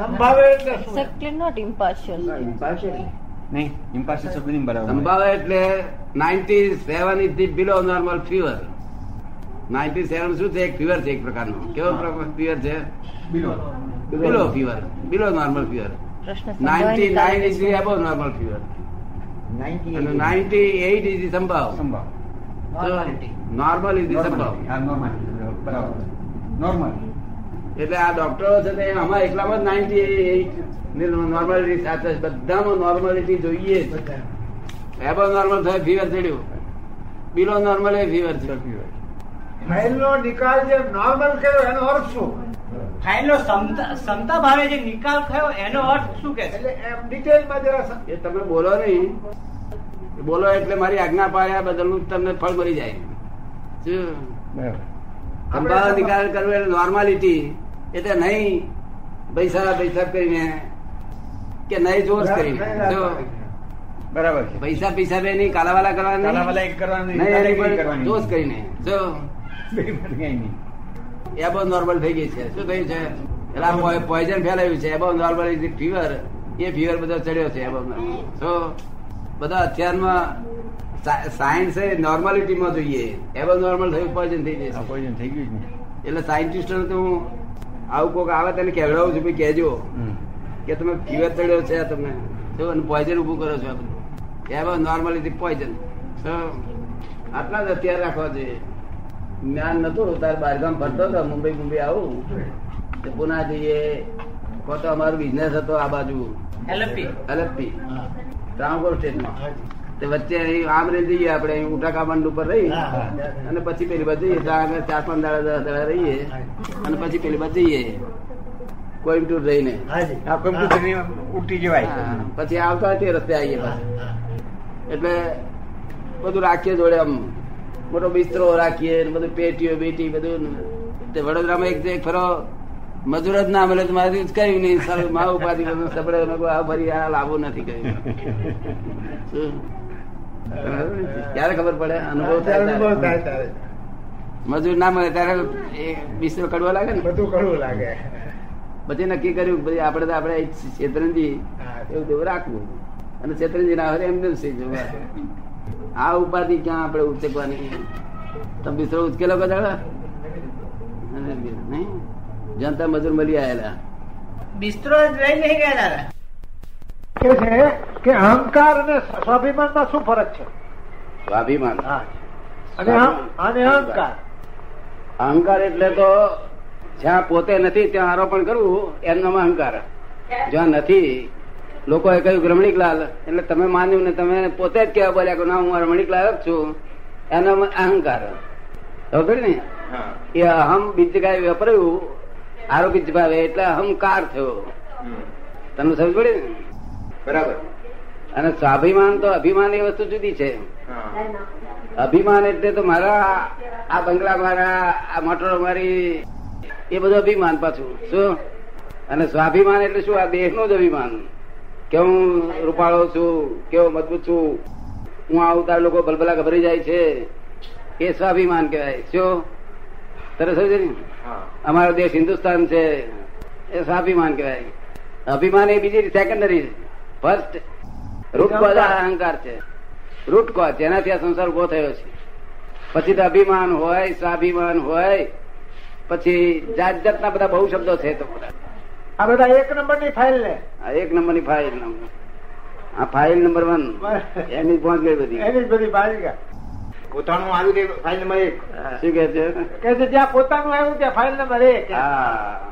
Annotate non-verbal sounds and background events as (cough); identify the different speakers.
Speaker 1: સંભાવે એટલે શું
Speaker 2: Exactly not impartial.
Speaker 3: નહીં impartial શબ્દ નહીં બરાબર
Speaker 4: સંભાવ એટલે ninety seven is the below normal fever ninety seven શું છે એક ફીવર છે એક પ્રકારનો કેવો ફીવર છે below fever below normal fever
Speaker 2: પ્રશ્ન
Speaker 4: નાઇન્ટી નાઇન
Speaker 2: સમજાવાની
Speaker 4: is the abnormal fever અને નાઇન્ટી એઇટ ઇઝ ધી સંભાવ
Speaker 3: સંભાવ
Speaker 4: નોર્મલ ઇઝ ધી સંભાવ
Speaker 3: Normal. હા, normal. બરાબર નોર્મલ
Speaker 4: એટલે આ ડોક્ટરો છે તે અમારા એકલામાં જ નાઇન્ટી એઇટ નોર્માલિટી સાથે જ બધામાં નોર્માલિટી જોઈએ જ એબો નોર્મલ થાય ફીવર ચડ્યું બિલો નોર્મલ એ ફીવર છે
Speaker 1: ફાઇલનો નિકાલ જે નોર્મલ કર્યો એનો અર્થ શું
Speaker 5: ફાઇલનો સમતા સમતા ભાવે જે નિકાલ થયો એનો અર્થ શું કે છે
Speaker 1: એટલે એમ ડિટેલમાં જરા સમ-
Speaker 4: એ તમે બોલો નહીં બોલો એટલે મારી આજ્ઞા પાડ્યા બદલનું તમને ફળ મળી જાય શું?
Speaker 3: બરાબર
Speaker 4: સંભાવ નિકાલ કરવો એટલે નોર્માલિટી એટલે નહીં પૈસા પૈસા કરીને કે નહીં જોશ કરીને જો
Speaker 3: બરાબર છે
Speaker 4: પૈસા પૈસા બે નહીં કાલાવાલા કરવાના
Speaker 3: તાલાવાલા એક કરવાની
Speaker 4: નહીં
Speaker 3: તાલાવાલા એક
Speaker 4: એની પર
Speaker 3: કરવાની.
Speaker 4: જોશ કરીને જો
Speaker 3: બે પર (laughs) કંઈ નહીં.
Speaker 4: એબો નોર્મલ થઈ ગઈ છે શું થયું છે એટલે પોઈઝન ફેલાયું છે એબો નોર્મલ ઇઝ ફીવર એ ફીવર બધો ચડ્યો છે એબો તો બધા અત્યારમાં સાયન્સ એ નોર્માલિટીમાં જોઈએ એબો નોર્મલ થયું પોઈઝન થઈ
Speaker 3: આ
Speaker 4: જશે
Speaker 3: poison થઈ ગયું જ ને.
Speaker 4: એટલે સાયન્ટિસ્ટોને તો હું આવું કોક આવે તેને કહેવડાવું છું ભઈ કહેજો
Speaker 3: હમ.
Speaker 4: કે તમે ફીવર ચડ્યો છે આ તમને તો અને પોઈઝન ઊભું કરો છો આ બધું એબો નોર્મલિટી પોઈઝન આટલા જ અત્યારે રાખવા જોઈએ જ્ઞાન નતું તાર બહારગામ ફરતો હતો મુંબઈ મુંબઈ આવું તો પુના જઈએ કો તો અમારો બિઝનેસ હતો આ બાજુ
Speaker 5: એલપી
Speaker 4: અલગથી ટ્રાન્સપોર્ટ સ્ટેશનમાં તે વચ્ચે અહીં આમ રહી જઈએ આપણે અહીં ઉટા કામંડ ઉપર રહી અને પછી પેલી બાજુ જઈએ ત્યાં આગળ ચાર પાંચ દાડા દસ દાડા રહીએ અને પછી પેલી બાજુ જઈએ કોઈમ્બતુર રહીને
Speaker 3: આ computer ની ઉલટી જવાય
Speaker 4: હા, પછી આવતા તે રસ્તે આવીએ પાછા. એટલે બધું રાખીએ જોડે આમ મોટો બિસ્તરો રાખીએ ને બધું પેટીઓ બેટી બધું તે વડોદરામાં એક જગ્યાએ ફરો મજૂર જ ના મળે તો મારાથી જ કર્યું નહીં સારું મા ઉપાધિ બધું સપડે મેં કહ્યું, આ ફરી આ લાભો નથી કર્યું શું? ક્યારે ખબર પડે અનુભવ થાય
Speaker 1: અનુભવ
Speaker 4: ત્યારે.
Speaker 1: થાય તારે
Speaker 4: મજૂર ના મળે ત્યારે એ બિસ્તરો કડવા લાગે ને
Speaker 1: બધું કડવું લાગે
Speaker 4: પછી નક્કી કર્યું પછી આપણે તો આપણે ક્ષેત્રજી
Speaker 1: હા.
Speaker 4: એવું તેવું રાખવું અને છેતરજી ના હોય એમને સહી જવા આ ઉપાધિ ક્યાં આપણે ઉચકવાની તમે બિસ્તરો ઉચકેલો કદાડા નહીં જનતા મજૂર મળી આયેલા
Speaker 5: બિસ્તરો જ લઈ નહીં ગયા દાદા
Speaker 1: કે છે કે અહંકાર અને સ્વાભિમાનમાં શું ફરક છે
Speaker 4: સ્વાભિમાન
Speaker 1: હા અને અહ- અને અહંકાર
Speaker 4: અહંકાર એટલે તો જ્યાં પોતે નથી ત્યાં આરોપણ કરવું એમનો અહંકાર જ્યાં નથી લોકોએ કહ્યું કે રમણીકલાલ એટલે તમે માન્યું ને તમે પોતે જ કહેવા બોલ્યા કે ના હું રમણીકલાલ જ છું એનો અહંકાર ખબર પડી ને
Speaker 3: હા.
Speaker 4: એ અહમ બીજી કાંઈ વાપર્યું આરોપિત ભાવે એટલે અહંકાર થયો
Speaker 3: હમ.
Speaker 4: તમને સમજ પડી ને
Speaker 3: બરાબર
Speaker 4: અને સ્વાભિમાન તો અભિમાન એ વસ્તુ જુદી છે
Speaker 3: હા.
Speaker 4: અભિમાન એટલે તો મારા આ બંગલા મારા આ મોટર મારી એ બધું અભિમાન પાછું શું અને સ્વાભિમાન એટલે શું આ દેહનું જ અભિમાન કે હું રૂપાળો છું કેવો મજબૂત છું હું આવતા લોકો ભલભલા ગભરાઈ જાય છે એ સ્વાભિમાન કહેવાય શું તરસ સમજે ને
Speaker 3: હા.
Speaker 4: અમારો દેશ હિન્દુસ્તાન છે એ સ્વાભિમાન કહેવાય અભિમાન એ બીજી સેકન્ડરી ફર્સ્ટ રૂટ કોઝ આ અહંકાર છે રૂટ કોઝ જેનાથી આ સંસાર ઉભો થયો છે પછી તો અભિમાન હોય સ્વાભિમાન હોય પછી જાત જાતના બધા બહુ શબ્દો છે તો બધા
Speaker 1: આ બધા એક નંબરની ફાઇલ ને
Speaker 4: આ એક નંબરની ફાઇલ નંબર આ ફાઇલ નંબર વન એની પહોંચ ગઈ બધી
Speaker 1: એની જ બધી બાજી ગયા
Speaker 3: પોતાનું આવી ગયું ફાઇલ નંબર એક
Speaker 4: શું કે છે
Speaker 1: કે છે જ્યાં પોતાનું આવ્યું ત્યાં ફાઇલ નંબર એક
Speaker 4: હા